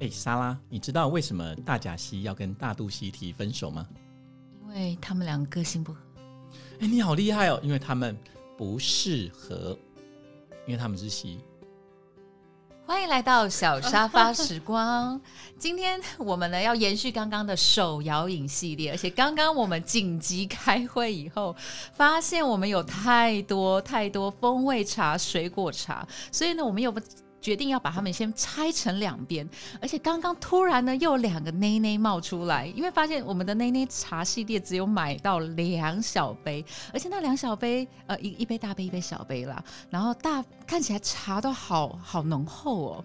哎、莎拉，你知道为什么大甲西要跟大肚西提分手吗？因为他们两个个性不合。哎、你好厉害哦，因为他们不适合，因为他们是 西。欢迎来到小沙发时光。今天我们呢要延续刚刚的手摇饮系列，而且刚刚我们紧急开会以后，发现我们有太多太多风味茶、水果茶，所以呢，我们有决定要把它们先拆成两边。而且刚刚突然呢，又有两个内内冒出来，因为发现我们的内内茶系列只有买到两小杯，而且那两小杯，呃，一一杯大杯，一杯小杯啦。然后大看起来茶都好好浓厚哦，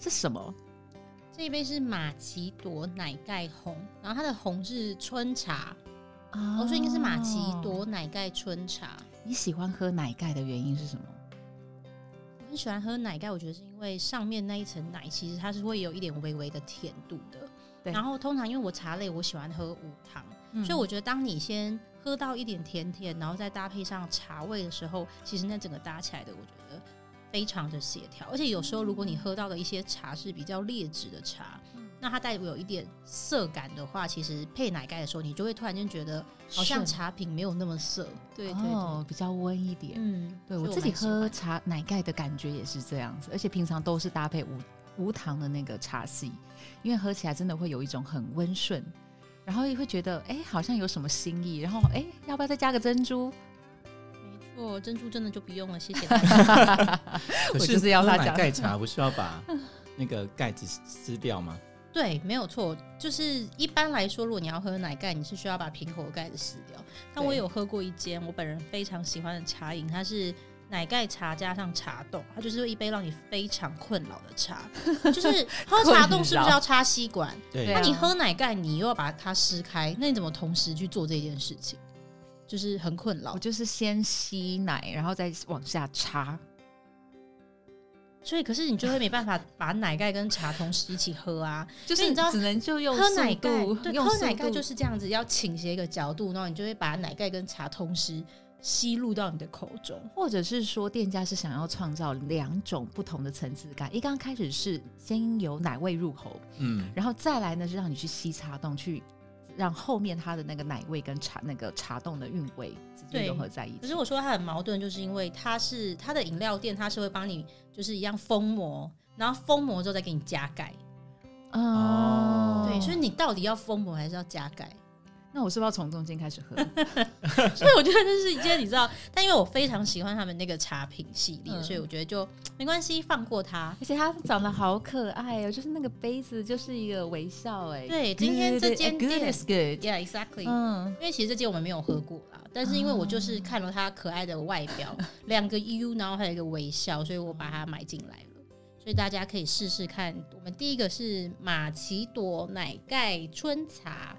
是什么？这一杯是玛奇朵奶盖红，然后它的红是春茶，啊我哦说应该是玛奇。哦朵奶盖春茶。你喜欢喝奶盖的原因是什么？我很喜欢喝奶盖，我觉得是因为上面那一层奶其实它是会有一点微微的甜度的。对嗯然后通常因为我茶类我喜欢喝无糖，所以我觉得当你先喝到一点甜甜，然后再搭配上茶味的时候，其实那整个搭起来的，我觉得非常的协调。而且有时候如果嗯你喝到的一些茶是比较劣质的茶，那它带有一点涩感的话，其实配奶盖的时候，你就会突然间觉得好像顺茶品没有那么涩。对对对，哦，比较温一点。嗯，对所我以自己蛮喜欢喝茶奶盖的感觉也是这样子，而且平常都是搭配无无糖的那个茶系，因为喝起来真的会有一种很温顺，然后也会觉得哎、好像有什么新意，然后哎、要不要再加个珍 珠？没错，珍珠真的就不用了，谢谢。可我就是要喝大奶家盖 茶，不是要把那个盖子撕掉吗？对，没有错，就是一般来说，如果你要喝奶盖，你是需要把瓶口的盖子撕掉。但我对有喝过一间我本人非常喜欢的茶饮，它是奶盖茶加上茶冻，它就是一杯让你非常困扰的茶。就是喝茶冻困是不是扰要插吸管？对对那啊你喝奶盖，你又要把它撕开，那你怎么同时去做这件事情？就是很困扰我。就是先吸奶，然后再往下插。所以，可是你就会没办法把奶盖跟茶同时一起喝啊。就是你知道只能就用喝速奶盖度，对，用喝速奶盖度就是这样子，要倾斜一个角度，然后你就会把奶盖跟茶同时吸入到你的口中。或者是说店家是想要创造两种不同的层次感，一刚开始是先由奶味入喉，嗯，然后再来呢是让你去吸茶冻，去让后面它的那个奶味跟茶那个茶冻的韵味直接对融合在一可起哦是。我说它很矛盾，就是因为它是它的饮料店，它是会帮你就是一样封膜，然后封膜之后再给你加盖。哦对，所以你到底要封膜还是要加盖？ 那我是不是要从中间开始喝？所以我觉得这是一件你知道，但因为我非常喜欢他们那个茶品系列，嗯所以我觉得就没关系，放过它。而且它长得好可爱哦，就是那个杯子就是一个微笑哎。对，今天这 Good，间 good 店 is good。 ，Yeah, exactly，嗯，因为其实这间我们没有喝过啦，但是因为我就是看了它可爱的外表，啊 两个 U，然后还有一个微笑，所以我把它买进来了。所以大家可以试试看。我们第一个是玛奇朵奶盖春茶，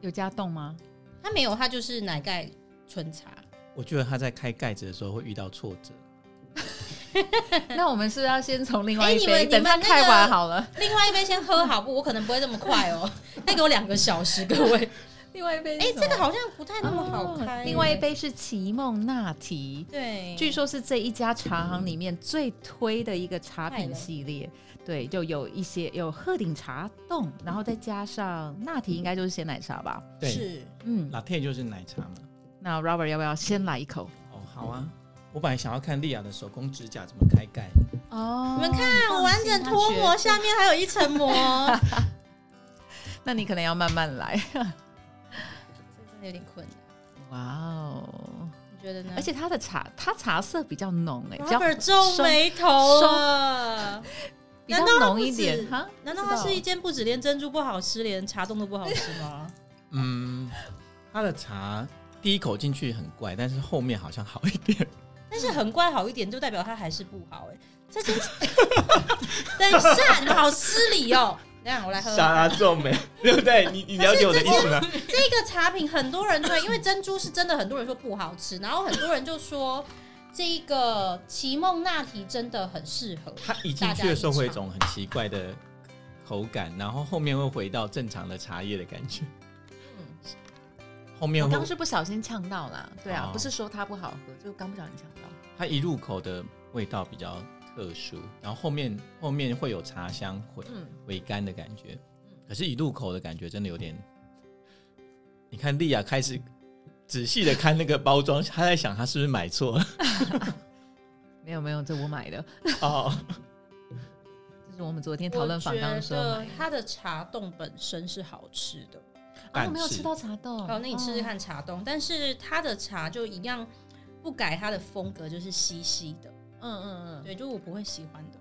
有加冻吗？它没有，它就是奶盖春茶。我觉得他在开盖子的时候会遇到挫折。 那我们是不是要先从另外哎一你杯，们等你它们那开个完好了。另外一杯先喝好不？我可能不会这么快哦，再给我两个小时，各位。 另外一杯哎、是什么，这个好像不太那么好哦开。另外一，杯是奇梦纳提，对，据说是这一家茶行里面最推的一个茶太品了系列。对，就有一些有鹤顶茶冻，然后再加上纳提，应该就是鲜奶茶吧。对是嗯， ，latte 就是奶茶嘛。那 Robert 要不要先来一口？哦，好啊。我本来想要看莉亚的手工指甲怎么开盖，哦你们看，我完整脱他觉膜，得下面还有一 层膜，那你可能要慢慢来。这真的有点困难。 哇哦！你觉得呢？而且它的茶，它茶色比较浓哎、比较 Robert 皱眉头 了，比较难道它浓不一点止哈。难道它不知道是一间不止连珍珠不好吃，连茶冻都不好吃 吗？嗯，他的茶第一口进去很怪，但是后面好像好一点。但是很怪好一点，就代表它还是不好哎、这间，等一下，你们好失礼哦。等一下，我 来喝。拉皱眉，对不对？你你了解我的意思吗？这个茶品很多人对，因为珍珠是真的很多人说不好吃，然后很多人就说这一个奇梦纳提真的很适合。它一进去的时候会有一种很奇怪的口感，然后后面会回到正常的茶叶的感觉。后面嗯我会刚是不小心呛到啦，对啊，哦不是说它不好喝，就刚不小心呛到。它一入口的味道比较特殊，然后后面后面会有茶香回嗯，回甘的感觉，可是，一入口的感觉真的有点。你看莉亚开始仔细的看那个包装，她在想她是不是买错了 没有没有，这我买的，哦。这是我们昨天讨论访纲的时候买的。它的茶冻本身是好吃的，啊，我没有但是吃到茶豆。嗯哦，那你吃吃看茶冻，但是它的茶就一样不改它的风格，就是稀稀的，哦。嗯嗯嗯，对，就我不会喜欢的。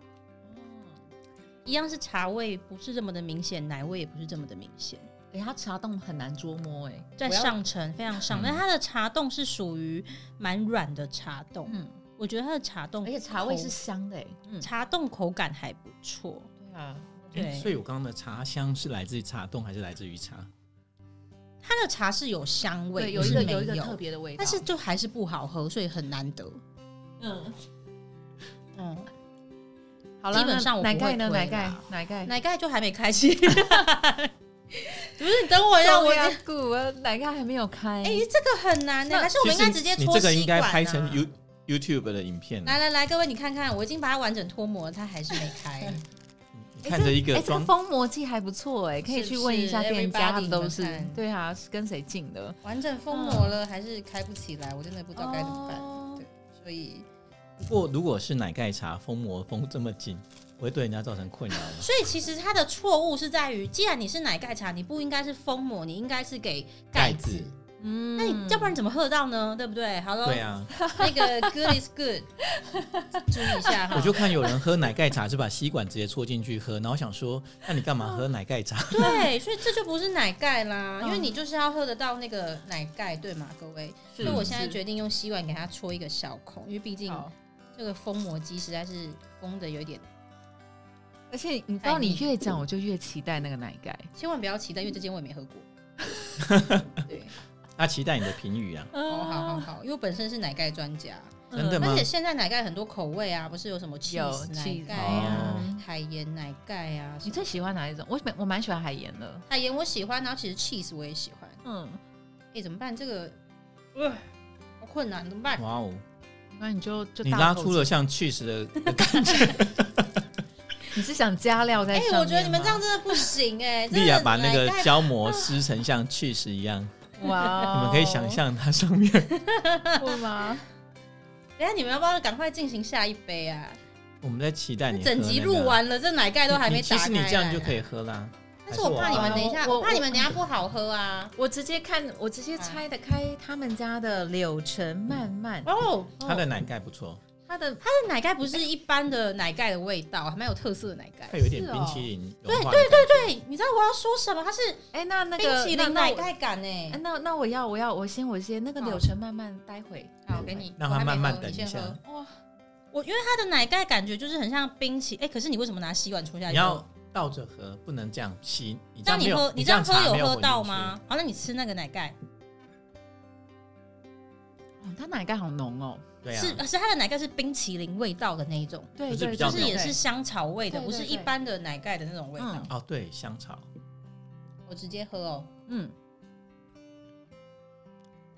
一样是茶味，不是这么的明显，奶味也不是这么的明显，哎、它茶冻很难捉摸哎、在上层非常上，但它的茶冻是属于蛮软的茶冻，嗯，我觉得它的茶冻而口，且茶味是香的哎、嗯，茶冻口感还不错，对啊，诶对所以我刚刚的茶香是来自于茶冻还是来自于茶？它的茶是有香味，对，有不一是个没有有一个特别的味道，但是就还是不好喝，所以很难得。嗯，嗯，好了，基本上我那奶不盖呢？奶会推盖啦奶哎盖，奶盖就还没开启， 不是你等我一下，我要哎、骨啊，奶盖还没有开。这个很难呢、那还是我们应该直接你搓这个吸应该管、啊、哎拍成 You YouTube 的影片了来来来，各位你看看，我已经把它完整脱模了，它还是没 开。你看着一个哎，这个装封膜剂还不错哎，可以是去不问一是下店家， ？Everybody，他们都是你们看对啊，是跟谁进的？完整封膜嗯了，还是开不起来，我真的不知道该怎么办。哦对所以，不过如果是奶盖茶封膜封这么紧，不会对人家造成困扰吗？所以其实它的错误是在于，既然你是奶盖茶，你不应该是封膜，你应该是给盖盖子。子，嗯那你要不然你怎么喝得到呢？对不对？好了，对啊，那个 good is good，注意一下哈。我就看有人喝奶盖茶是把吸管直接戳进去喝，然后想说，那你干嘛喝奶盖茶？ 对，所以这就不是奶盖啦，嗯因为你就是要喝得到那个奶盖，对吗？各位，是所以我现在决定用吸管给它戳一个小孔，因为毕竟好这个封膜机实在是封的有点，而且你知道，太腻你越讲我就越期待那个奶盖。千万不要期待，因为这间我也没喝过。对，他期待你的评语 啊，好哦哦好好好，因为我本身是奶盖专家，嗯真的吗而且？现在奶盖很多口味啊，不是有什么 cheese 奶 cheese 盖啊、哦海盐奶盖啊什么，你最喜欢哪一种？我蛮我蛮喜欢海盐的。海盐我喜欢，然后其实 cheese 我也喜欢。嗯，哎、怎么办？这个，呃，好困难，怎么办？哇哦，那你就就你大拉口出吃了，像去世 的的感觉。你是想加料在哎、上面吗？我觉得你们这样真的不行哎、 真的莉亚把那个奶盖胶膜撕成像去世一 样，哇哦， 你们可以想象它上哦面。会吗？等一下你们要不要赶快进行下一杯啊？ 我们在期待你喝整集那个录完了，这奶盖都还没你打其开。实你这样就可以。喝啦。但是我怕你们等一下，我我我怕你们等一下不好喝啊。 我直接看，我直接拆得开他们家的柳橙慢慢， 哦，它的奶盖不错，它的它的奶盖不是一般的奶盖的味道，还蛮有特色的奶盖它。有一点是哦冰淇淋融化的感觉。哦对，你知道我要说什么？它是哎、那那冰个淇那淋那奶我盖感欸呢、哎那那我要我要我先我先那个好柳橙慢慢待会好，给你，让我它还没慢慢喝等你一先下喝哇我因为它的奶盖感觉就是很像冰淇，哎、可是你为什么拿吸管戳下去？你要倒着喝，不能这样吸。你这那样没你喝有，，你这这样样喝茶没有混喝进到去？吗？好，那你吃那个奶盖哦，它奶盖好浓哦，对啊，是是它的奶盖是冰淇淋味道的那一种，对就是对，比较就是也对是香草味的，对不是对一般的奶盖的那种味道嗯。哦，对，香草。我直接喝哦，嗯，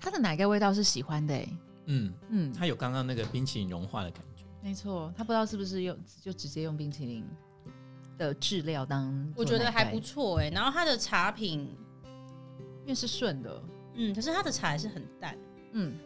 它的奶盖味道是喜欢的哎，嗯，嗯，它有刚刚那个冰淇淋融化的感觉。没错，他不知道是不是用就直接用冰淇淋的质料当做我觉得奶还盖不，错哎。然后它的茶品，因为是顺的，嗯，可是它的茶还是很淡，嗯，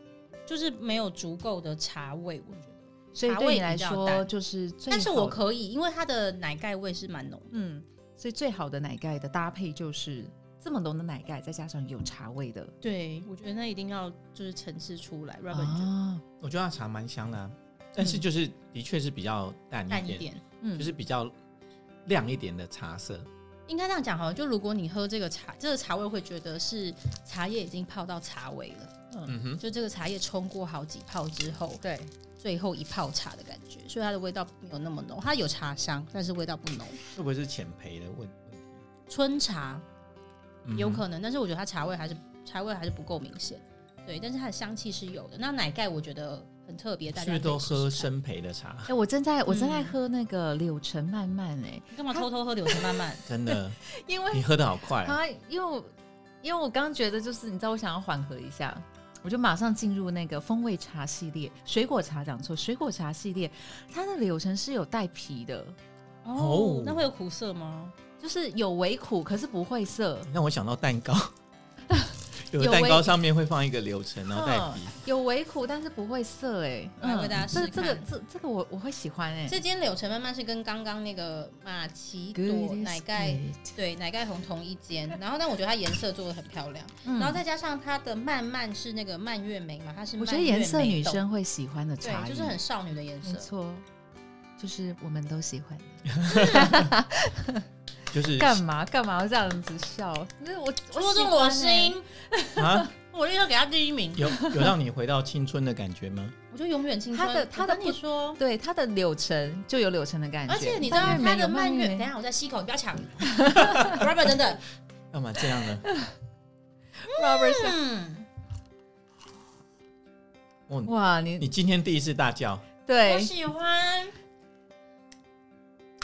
就是没有足够的茶味，我觉得。所以茶对味你来比较说淡就是最但是我好的可以，因为它的奶盖味是蛮浓的。嗯，所以最好的奶盖的搭配就是这么浓的奶盖，再加上有茶味的对，我觉得那一定要就是层次出来，不然就啊，我觉得它茶蛮香的啊，但是就是的确是比较淡嗯淡一一点，点。嗯就是比较亮一点的茶色。应该这样讲好了，就如果你喝这个茶，这个茶味会觉得是茶叶已经泡到茶尾了。嗯哼，就这个茶叶冲过好几泡之后，对，最后一泡茶的感觉，所以它的味道没有那么浓，它有茶香，但是味道不浓。会不会是浅焙的问问题？春茶嗯哼有可能，但是我觉得它茶味还是茶味还是不够明显，对，但是它的香气是有的。那奶盖我觉得很特别，大是家不是可以都喝试试看？生焙的茶？哎、我正在我正在嗯喝那个柳橙慢慢哎、你干嘛偷偷喝柳橙慢慢？真的， 因为哎你喝的好快啊，啊，因为我因为我刚觉得就是你知道，我想要缓和一下，我就马上进入那个风味茶系列，水果茶讲错，水果茶系列它的柳橙是有带皮的，哦那会有苦涩吗？就是有微苦，可是不会涩，让我想到蛋 糕，有有的蛋味糕上面会放一个柳橙，然后带哦皮。有微苦但是不会涩哎、来为大家试这试这个看这这个我我会喜欢哎、这间柳橙慢慢是跟刚刚那个马奇 Good 朵 is 奶盖 good 对奶盖红同一间，然后但我觉得它颜色做的很漂亮，嗯然后再加上它的慢慢是那个蔓越莓嘛，它是我觉得蔓越颜色莓女豆生会喜欢的茶对，饮，就是很少女的颜没色。错，就是我们都喜欢。就是干嘛干嘛要这样子笑？那我欸戳中我心，心，啊，欸我立刻给他第一名。有有让你回到青春的感觉吗？我就永远青春。它的它的我跟你说，对它的柳橙就有柳橙的感觉，而且你知道蔓越莓它的有蔓蔓越，越等一莓，下我再吸一口，你不 要抢。Robert 等等，干嘛这样呢？ Robert 嗯，哦，哇，你你今天第一次大叫，我对喜欢。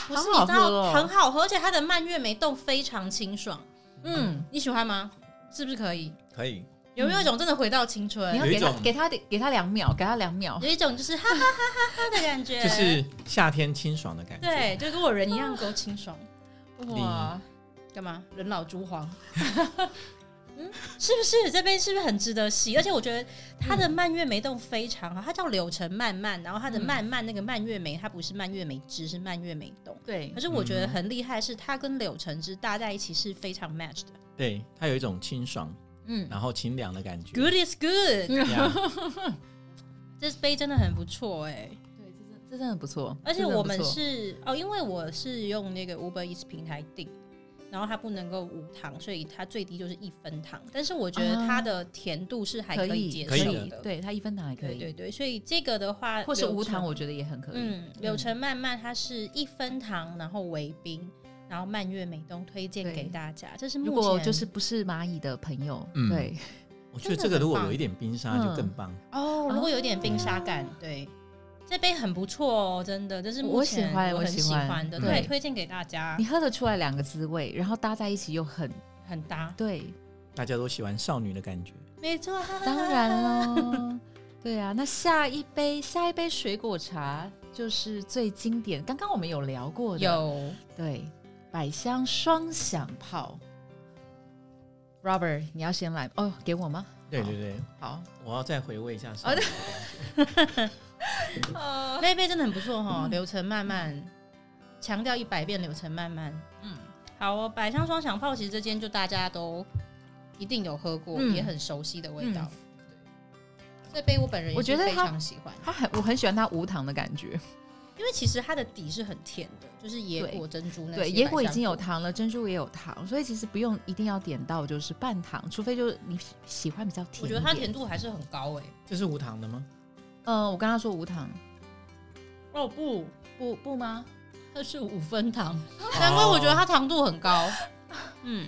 不是，好好你知喝哦道很好喝，而且它的蔓越莓冻非常清爽。嗯，你喜欢吗？是不是可以？可以有没有一种真的回到青春你？要有一给他种给他给他两秒，给他两秒，有一种就是哈哈哈哈哈的感觉， 就是夏天清爽的感觉。对，就跟我人一样够清爽。哇，干嘛？人老珠黄， 嗯，是不是这边是不是很值得吸？而且我觉得它的蔓越莓冻非常好，它叫柳橙蔓蔓，然后它的嗯蔓蔓那个蔓越莓，它不是蔓越莓汁，是蔓越莓冻。对可，是我觉得很厉害，是它跟柳橙汁搭在一起是非常 match 的。对，它有一种清爽，嗯然后清凉的感觉。 ，Good is good，、嗯呀这杯真的很不错哎、对，这真的不错，而且我们这真的不错是哦，因为我是用那个 Uber Eats 平台订，然后它不能够无糖，所以它最低就是一分糖。但是我觉得它的甜度是还可以以接可以受的的，对它一分糖还可对以，对对，所以这个的话，或是柳无橙糖，我觉得也很可以，嗯，柳橙慢慢它是一分糖，然后微冰，然后蔓越莓冻推荐对给大家，这是如目果前就是不是蚂蚁的朋友，嗯对，我觉得这个如果有一点冰沙真的很就更棒。哦，如果有点冰沙感，对。这杯很不错哦，真的，这是目我喜前欢我我很喜喜欢欢的，嗯对，推荐给大家你，喝得出来两个滋味，然后搭在一起又很很搭。对，大家都喜欢少女的感觉，没错，当然喽，对啊。那下一杯，下一杯水果茶就是最经典，刚刚我们有聊过的，有对百香双响炮。Robert，你要先来哦，给我吗？对好对对，好，我要再回味一下少女的感觉。那一杯真的很不错哈、嗯流程慢慢，强调一百遍流程慢慢。嗯嗯，好哦，百香双响炮其实这间就大家都一定有喝过，嗯也很熟悉的味道。对，这杯我本人也我觉是得非它常喜欢，它啊很我很喜欢它无糖的感觉，因为其实它的底是很甜的，就是野果珍珠那些对，野果已百香经有糖了，珍珠也有糖，所以其实不用一定要点到就是半糖，除非就是你喜喜欢比较甜。我觉得它甜，度还是很高哎、这是无糖的吗？呃，我跟他说无糖，哦不，不不吗？它是五分糖，哦难怪我觉得它糖度很高。嗯，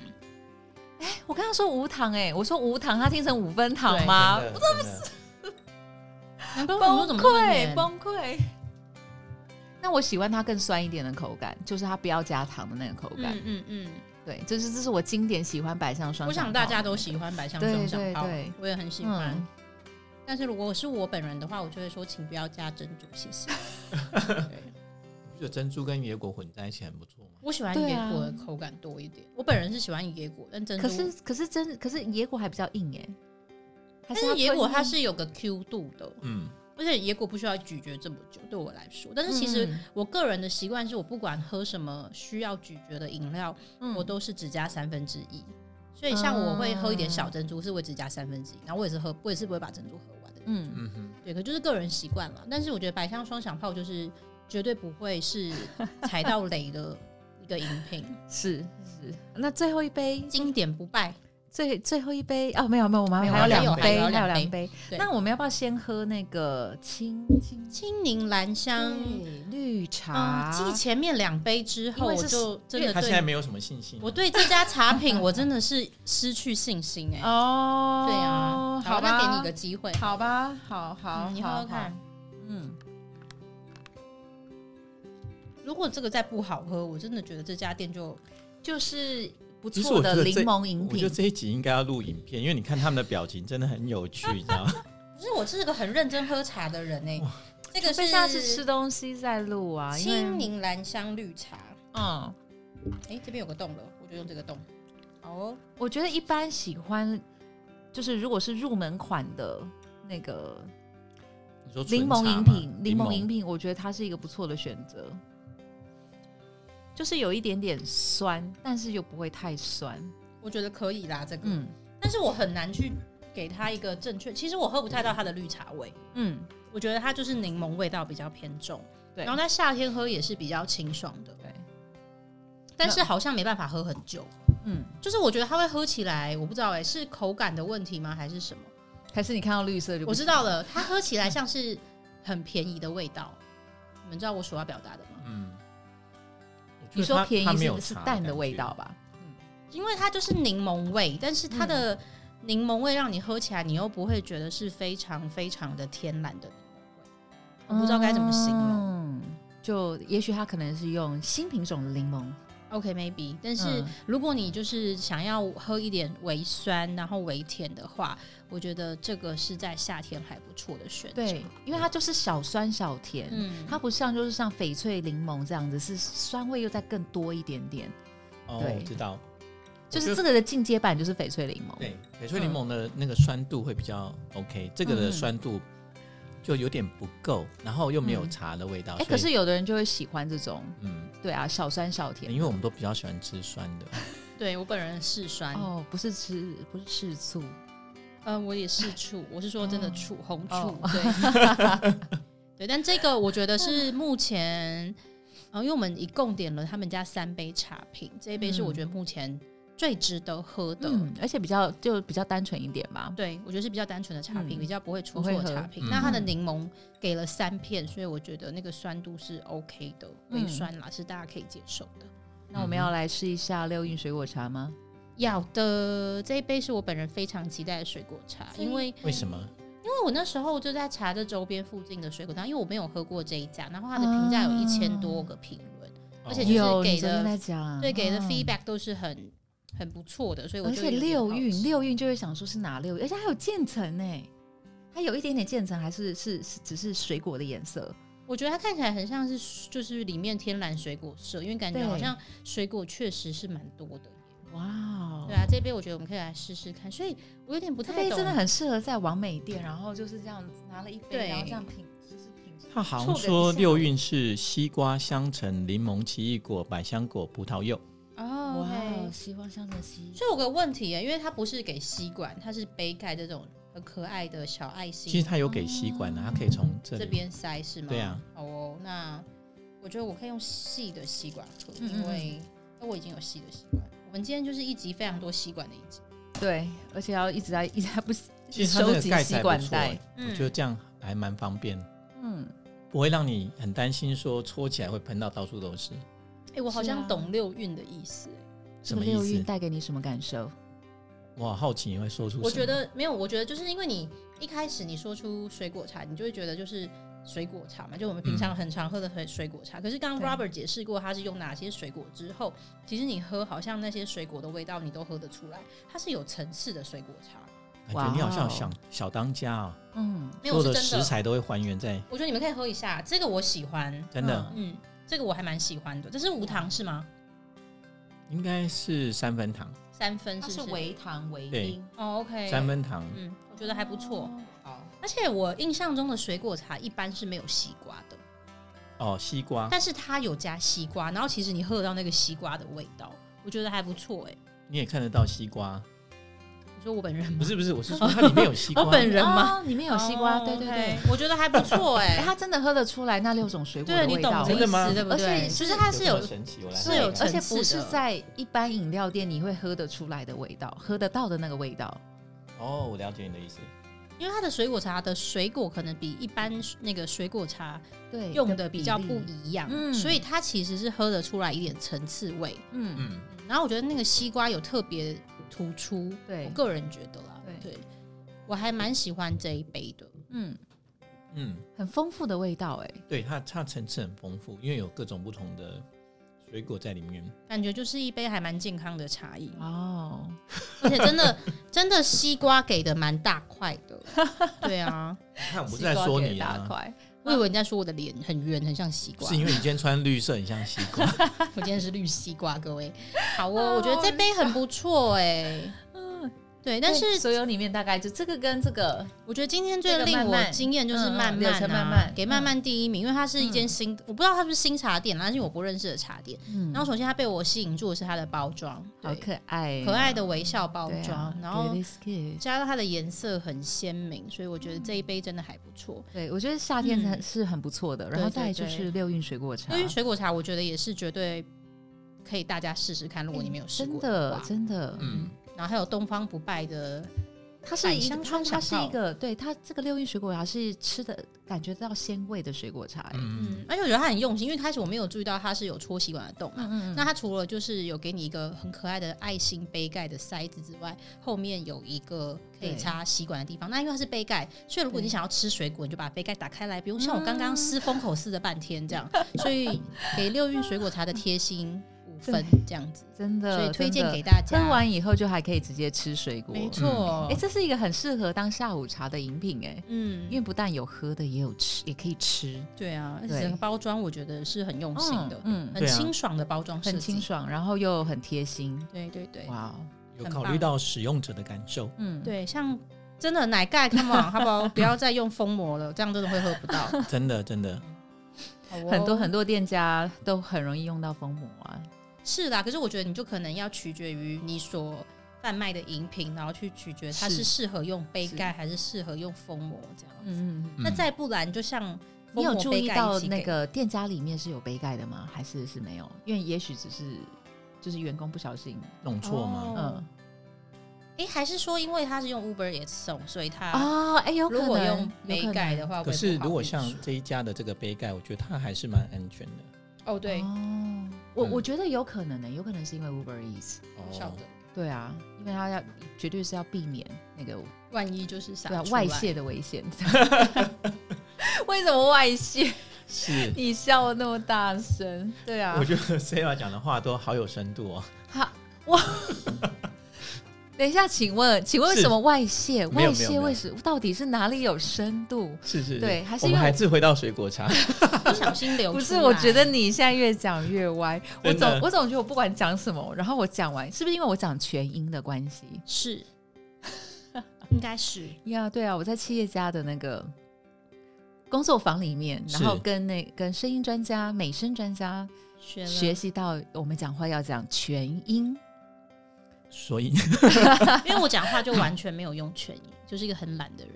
我跟他说无糖哎、我说无糖，他听成五分糖对吗？真的真的难怪我想说怎崩么那么溃甜崩溃。那我喜欢它更酸一点的口感，就是它不要加糖的那个口感。嗯嗯嗯，对，就是这是我经典喜欢百香双。我想大家都喜欢百香双响炮对对对，我也很喜欢。嗯，但是如果是我本人的话，我就会说，请不要加珍珠，谢谢。对你不觉得珍珠跟野果混在一起很不错吗？我喜欢对野啊果的口感多一点，我本人是喜欢野果，但珍珠可是可是真可是野果还比较硬哎、还但是野果它它是有个 Q 度的，嗯，而且野果不需要咀嚼这么久，对我来说。但吞是硬，其实我个人的习惯是我不管喝什么需要咀嚼的饮料，嗯我都是只加三分之一。所以像我会喝一点小珍珠，是会只加三分之一，然后我也是喝，我也是不会把珍珠喝完的。嗯嗯嗯哼，对，可就是个人习惯了。但是我觉得百香双响炮就是绝对不 会是踩到雷的一个饮品，是是。那最后一杯，经典不败。最最后一杯哦，没有没有，我们没有还有还有两还杯，有还有两两杯。对那我们要不要先喝那个青青青柠兰香，对绿茶嗯，？继前面两杯之后，因为我是就真的他现在对没有什么信心。啊我对这家茶品我真的是失去信心哎、哦，对啊，好吧，那给你一个机会，好吧，好好，嗯，你喝喝看好，。嗯，如果这个再不好喝，我真的觉得这家店就就是不其实我错觉的得柠这檬饮我觉品得。这一集应该要录影片，因为你看他们的表情真的很有趣，你知道吗？可是我是个很认真喝茶的人哎、这个所以是下次吃东西再录啊，因青为柠兰香绿茶，嗯，哎、这边有个洞了，我就用这个洞。好哦，我觉得一般喜欢就是如果是入门款的那个你说纯柠檬茶饮吗品，柠柠檬饮品，我觉得它是一个不错的选择，就是有一点点酸，但是又不会太酸。我觉得可以啦，这个，嗯但是我很难去给它一个正确。其实我喝不太到它的绿茶味，嗯，我觉得它就是柠檬味道比较偏重，对然后在夏天喝也是比较清爽的，对，但是好像没办法喝很久。嗯，就是我觉得它会喝起来，我不知道哎、是口感的问题吗，还是什么？还是你看到绿色就我不知行道了，它喝起来像是很便宜的味道。你们知道我所要表达的吗？嗯，你说便宜是是淡淡的味道，吧？因为它就是柠檬味，但是它的柠檬味让你喝起来，你又不会觉得是非常非常的天然的柠檬味。我不知道该怎么形容。嗯，就也许它可能是用新品种的柠檬， OK，maybe、但是嗯如果你就是想要喝一点微酸，然后微甜的话，我觉得这个是在夏天还不错的选择。对，因为它就是小酸小甜，嗯，它不像就是像翡翠柠檬这样子，是酸味又再更多一点点，哦，对我知道，就是这个的进阶版就是翡翠柠檬，对，翡翠柠檬的那个酸度会比较 OK，这个的嗯酸度就有点不够，然后又没有嗯茶的味道。啊哎、所以可是有的人就会喜欢这种，嗯，对啊，小酸小甜。因为我们都比较喜欢吃酸的，哎对我本人是酸，哦，不是吃，不是吃醋，呃，我也是醋，我是说真的醋，红醋，哦对，对， 但这个我觉得是目前，呃，因为我们一共点了他们家三杯茶品，这一杯是我觉得目前最值得喝的，嗯，而且比较就比较单纯一点吧。对我觉得是比较单纯的茶品，嗯比较不会出不会错的喝茶品。嗯那它的柠檬给了三片，所以我觉得那个酸度是 OK 的，嗯微酸啦、是大家可以接受的。那我嗯们要来试一下六运水果茶吗？要的这一杯是我本人非常期待的水果茶，因为为什 么？因为我那时候就在查这周边附近的水果摊，因为我没有喝过这一家，然后它的评啊价有一千多个评论，而哦且就是有，给你昨的天在讲，对给的嗯 feedback 都是很很不错的，所以我而就且有点六好奇运六运就会想说是哪六运，而且还有渐层呢，它有一点点渐层，还是是是只是水果的颜色。我觉得它看起来很像是就是里面天然水果色，因为感觉对好像水果确实是蛮多的。哇哦对，啊，这杯我觉得我们可以来试试看，所以我有点不这太杯懂，真的很适合在完美店，然后就是这样子拿了一杯，对然后这样品，就是品。他好像说六运是西瓜、香橙、柠檬、奇异果、百香果、葡萄柚。哇，哦 OK 哦，西方香橙西所以我有个问题耶，因为它不是给吸管，它是杯盖这种很可爱的小爱心，其实他有给吸管的，他可以从这这里。边塞是吗？对啊。好哦，那我觉得我可以用细的吸管喝，嗯嗯因为那我已经有细的吸管。我们今天就是一集非常多吸管的一集，对，而且要一直在一直在不其实它那收个集盖子吸还不管错，袋欸，我觉得这样还蛮方便，嗯，不会让你很担心说搓起来会喷到到处都是。哎、我好是像啊懂六运的意思耶。啊什么意六运思？带给你什么感受？我好好奇你会说出什么。我觉得没有，我觉得就是因为你一开始你说出水果茶，你就会觉得就是水果茶嘛，就我们平常很常喝的水水果嗯茶。可是刚刚 Robert 解释过它是用哪些水果之后，其实你喝好像那些水果的味道你都喝得出来，它是有层次的水果茶。感觉你好哇哦像小小当家啊、嗯，没有所有是的真食的，材都会还原在，我觉得你们可以喝一下，这个我喜欢，真的、嗯，这个我还蛮喜欢的。这是无糖是吗？应该是三分糖，三分它是是不是？微糖微对冰，哦哦，OK，三，分糖，嗯，我觉得还不错。好，而且我印象中的水果茶一般是没有西瓜的。哦，西瓜，但是它有加西瓜，然后其实你喝得到那个西瓜的味道，我觉得还不错哎、你也看得到西瓜，你说我本人不是不是，我是说它里面有 西瓜，我嗯本人吗？哦里面有西瓜，哦对对对 OK，，我觉得还不错哎、哎 ，它真的喝得出来那六种水果对的你味懂道我，的真意的吗思，对不对？而且就是它是有有这么神奇，我来是看有一看而且层次不是的在一般饮料店你会喝得出来的味道，喝得到的那个味道。哦，我了解你的意思，因为它的水果茶的水果可能比一般那个水果茶对，用的比较例不一样，嗯所以它其实是喝得出来一点层次味。嗯，嗯，嗯然后我觉得那个西瓜有特别突出，对我个人觉得啦，对对我还蛮喜欢这一杯的。嗯，嗯，很丰富的味道哎、对，它它层次很丰富，因为有各种不同的水果在里面。感觉就是一杯还蛮健康的茶饮，哦，而且真的真的西瓜给的蛮大块的，对啊，看，我不是在说你西瓜给大啊，块，我以为你在说我的脸很圆，很像西瓜是，因为你今天穿绿色，很像西 瓜。我今天是绿西瓜，各位，好哦，我觉得这杯很不错哎、对，但是对所有里面大概就这个跟这个，我觉得今天最令这个我慢慢惊艳就是嗯嗯慢柳慢、啊橙慢慢嗯给慢慢第一名，因为它是一间新，我不知道它是不是新茶店啊啦，但是我不认识的茶店。嗯然后首先它被我吸引住的是它的包装，好对可爱，哦可爱的微笑包对啊装，然后 Baby's Kiss 加上它的颜色很鲜明，所以我觉得这一杯真的还不错。对，我觉得夏天是很嗯是很不错的。然后对对再来就对是六运水果茶，因为水果茶，我觉得也是绝对可以大家试试看，如果你没有试真过的话哎真的，嗯，然后还有东方不败的，它是一百个，香它川它小是一道个，对它这个六运水果茶是吃的感觉到鲜味的水果茶、欸，嗯嗯，而且我觉得它很用心，因为开始我没有注意到它是有戳吸管的洞嘛。嗯那它除了就是有给你一个很可爱的爱心杯盖的塞子之外，后面有一个可以对插吸管的地方。那因为它是杯盖，所以如果对嗯你想要吃水果，你就把杯盖打开来，不用像我刚刚撕封口撕了半 天这样。所以给六运水果茶的贴心五分这样子，真的，所以推荐真的给大家。喝完以后就还可以直接吃水果，没错，哎、这是一个很适合当下午茶的饮品、哎，嗯，因为不但有喝的，也有吃，也可以吃，对啊，而对且整个包装我觉得是很用心的，嗯，嗯很对啊清爽的包装设计，很清。爽，然后又很贴心，对对对，哇哦，有很考虑棒到使用者的感受。嗯，对，像真的奶盖 ，come on，好不好？不要再用封膜了，这样真的会喝不到。真的，真的，好哦很多很多店家都很容易用到封膜啊，是啦，可是我觉得你就可能要取决于你所贩卖的饮品，然后去取决它是是适合用杯盖还是适合用封膜这样。嗯嗯。嗯 那再不然，就像你封有膜注杯意盖到一起那给个店家里面是有杯盖的吗？还是是没有？因为也许只是就是员工不小心，弄错吗？哦嗯诶，还是说因为它是用 Uber 也送，所以它啊，哎、有可能如果用有可杯盖能的话，可我也是不好如果意思像说这一家的这个杯盖，我觉得它还是蛮安全的。哦对，哦，我我嗯觉得有可能呢、有可能是因为 Uber Eats。不晓得，对啊，因为他要绝对是要避免那个万一就是啥对啊外泄的危 险。为什么外泄？ 是，你笑的那么大声？对啊我，觉得 Sarah 讲的话都好有深度哦。好，我等一下，请问，请问是什么外泄？没有外没泄有没为有什到底是哪里有深度？是是是，对还是我因为们我还是回到水果 茶。不小心流出不来。是，我觉得你现在越讲越歪。我真的总我总觉得我不管讲什么，然后我讲完，是不是因为我讲全音的关系？ 是，应该是呀对啊，我在企业家的那个工作坊里面，然是后跟那跟声音专家、美声专家学学习到，我们讲话要讲全音。所以， 因为我讲话就完全没有用全音， 就是一个很懒的人。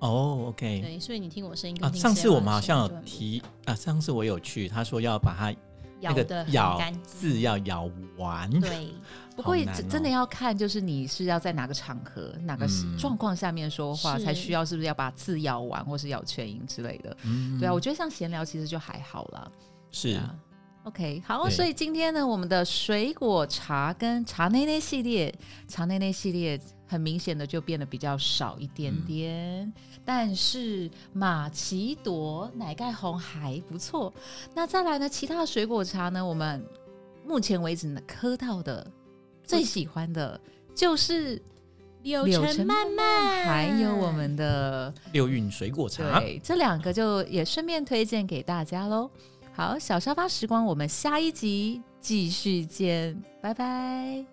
哦，OK，对，所以你听我声音跟啊，听上次 Sarah 我们好像有的声音就很不提啊，上次我有去，他说要把它一那样咬个的咬干净。字要咬完。对，不过好也难真哦真的要看，就是你是要在哪个场合、哪个嗯状况下面说话，是才需要是不是要把字咬完，或是咬全音之类的。嗯对啊，我觉得像闲聊其实就还好啦。对是啊。OK，好，对所以今天呢，我们的水果茶跟茶内内系列，茶内内系列很明显的就变得比较少一点点，嗯但是马奇朵奶盖红还不错。那再来呢，其他的水果茶呢，我们目前为止呢喝到的最喜欢的就是柳柳橙橙慢慢，还有我们的六运水果茶。对，这两个就也顺便推荐给大家喽。好，小沙发时光，我们下一集继续见，拜拜。